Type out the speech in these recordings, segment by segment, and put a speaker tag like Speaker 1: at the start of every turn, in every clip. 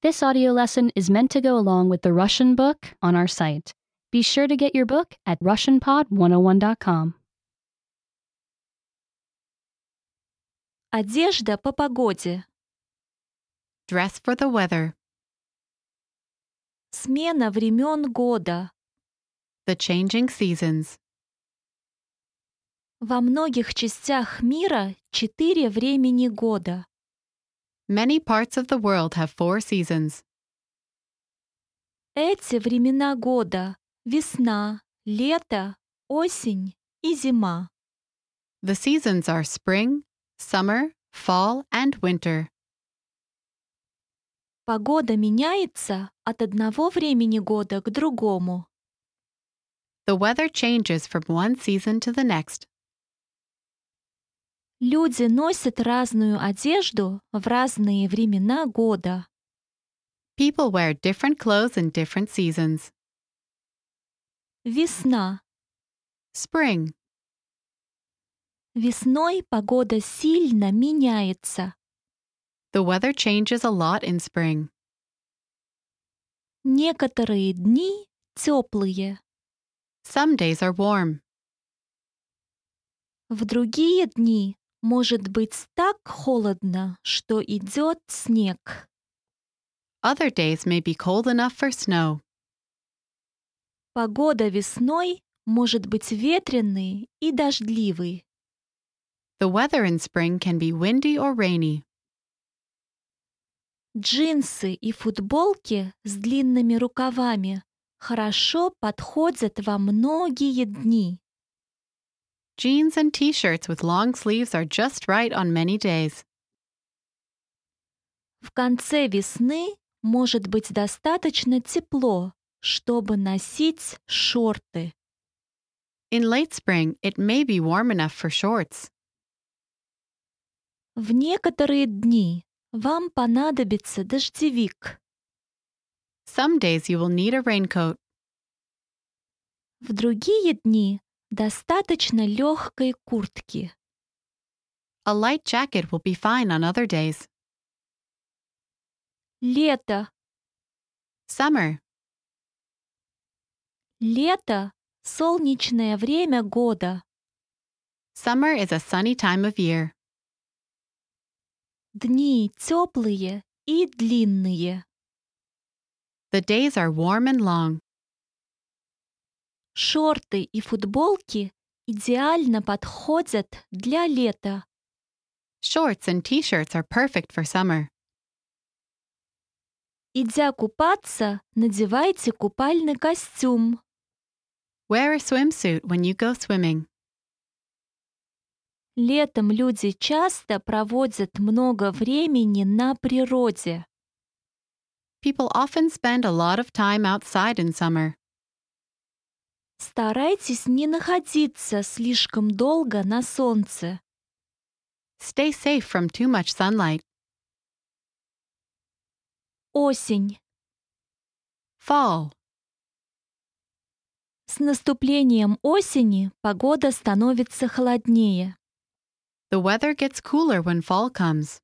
Speaker 1: This audio lesson is meant to go along with the Russian book on our site. Be sure to get your book at RussianPod101.com.
Speaker 2: Одежда по погоде.
Speaker 3: Dress for the weather,
Speaker 2: Смена времен года.
Speaker 3: the changing seasons.
Speaker 2: Во многих частях мира четыре времени года.
Speaker 3: Many parts of the world have four seasons.
Speaker 2: Эти времена года — весна, лето, осень и зима.
Speaker 3: The seasons are spring, summer, fall, and winter.
Speaker 2: Погода меняется от одного времени года к другому.
Speaker 3: The weather changes from one season to the next.
Speaker 2: Люди носят разную одежду в разные времена года.
Speaker 3: People wear different clothes in different seasons.
Speaker 2: Весна.
Speaker 3: Spring.
Speaker 2: Весной погода сильно меняется.
Speaker 3: The weather changes a lot in spring.
Speaker 2: Некоторые дни теплые,
Speaker 3: Some days are warm.
Speaker 2: в другие дни может быть так холодно, что идет снег.
Speaker 3: Other days may be cold enough for snow.
Speaker 2: Погода весной может быть ветреной и дождливой.
Speaker 3: The weather in spring can be windy or rainy.
Speaker 2: Джинсы и футболки с длинными рукавами хорошо подходят во многие дни.
Speaker 3: Jeans and t shirts with long sleeves are just right on many days.
Speaker 2: В конце весны может быть достаточно тепло, чтобы носить шорты.
Speaker 3: In late spring, it may be warm enough for shorts.
Speaker 2: В некоторые дни вам понадобится дождевик.
Speaker 3: Some days you will need a raincoat.
Speaker 2: В другие дни достаточно легкой куртки.
Speaker 3: A light jacket will be fine on other days.
Speaker 2: Лето.
Speaker 3: Summer.
Speaker 2: Лето — солнечное время года.
Speaker 3: Summer is a sunny time of year.
Speaker 2: Дни теплые и длинные.
Speaker 3: The days are warm and long.
Speaker 2: Шорты и футболки идеально подходят для лета.
Speaker 3: Shorts and t shirts are perfect for summer.
Speaker 2: Идя купаться, надевайте купальный костюм.
Speaker 3: Wear a swimsuit when you go swimming.
Speaker 2: Летом люди часто проводят много времени на природе.
Speaker 3: People often spend a lot of time outside in summer.
Speaker 2: Старайтесь не находиться слишком долго на солнце.
Speaker 3: Stay safe from too much sunlight.
Speaker 2: Осень.
Speaker 3: Fall.
Speaker 2: С наступлением осени погода становится холоднее.
Speaker 3: The weather gets cooler when fall comes.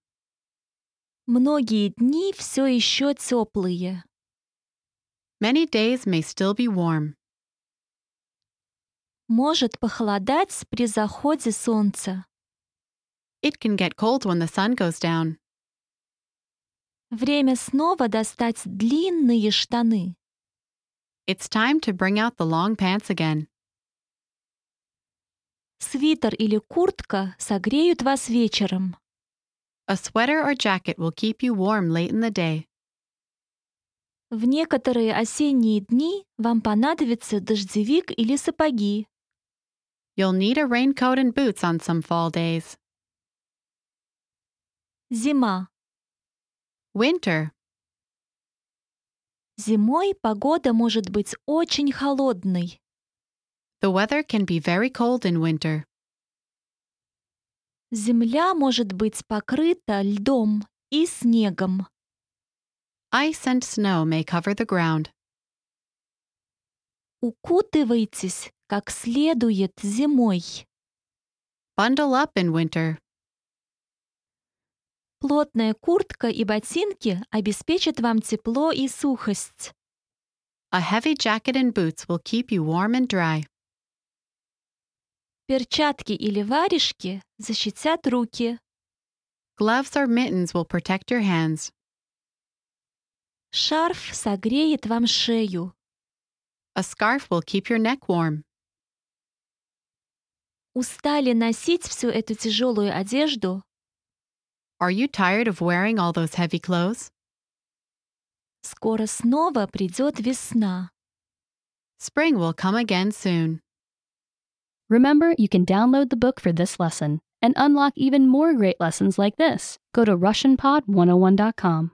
Speaker 2: Многие дни все еще теплые.
Speaker 3: Many days may still be warm.
Speaker 2: Может похолодать при заходе солнца.
Speaker 3: It can get cold when the sun goes down.
Speaker 2: Время снова достать длинные штаны.
Speaker 3: It's time to bring out the long pants again.
Speaker 2: Свитер или куртка согреют вас вечером.
Speaker 3: A sweater or jacket will keep you warm late in the day.
Speaker 2: В некоторые осенние дни вам понадобится дождевик или сапоги.
Speaker 3: You'll need a raincoat and boots on some fall days.
Speaker 2: Зима.
Speaker 3: Winter.
Speaker 2: Зимой погода может быть очень холодной.
Speaker 3: The weather can be very cold in winter.
Speaker 2: Земля может быть покрыта льдом и снегом.
Speaker 3: Ice and snow may cover the ground.
Speaker 2: Укутывайтесь как следует зимой.
Speaker 3: Bundle up in winter.
Speaker 2: Плотная куртка и ботинки обеспечат вам тепло и сухость.
Speaker 3: A heavy jacket and boots will keep you warm and dry.
Speaker 2: Перчатки или варежки защитят руки.
Speaker 3: Gloves or mittens will protect your hands.
Speaker 2: Шарф согреет вам шею.
Speaker 3: A scarf will keep your neck warm.
Speaker 2: Устали носить всю эту тяжелую одежду?
Speaker 3: Are you tired of wearing all those heavy clothes?
Speaker 2: Скоро снова придет весна.
Speaker 3: Spring will come again soon.
Speaker 1: Remember, you can download the book for this oh lesson and unlock even more great lessons like this. Go to RussianPod101.com.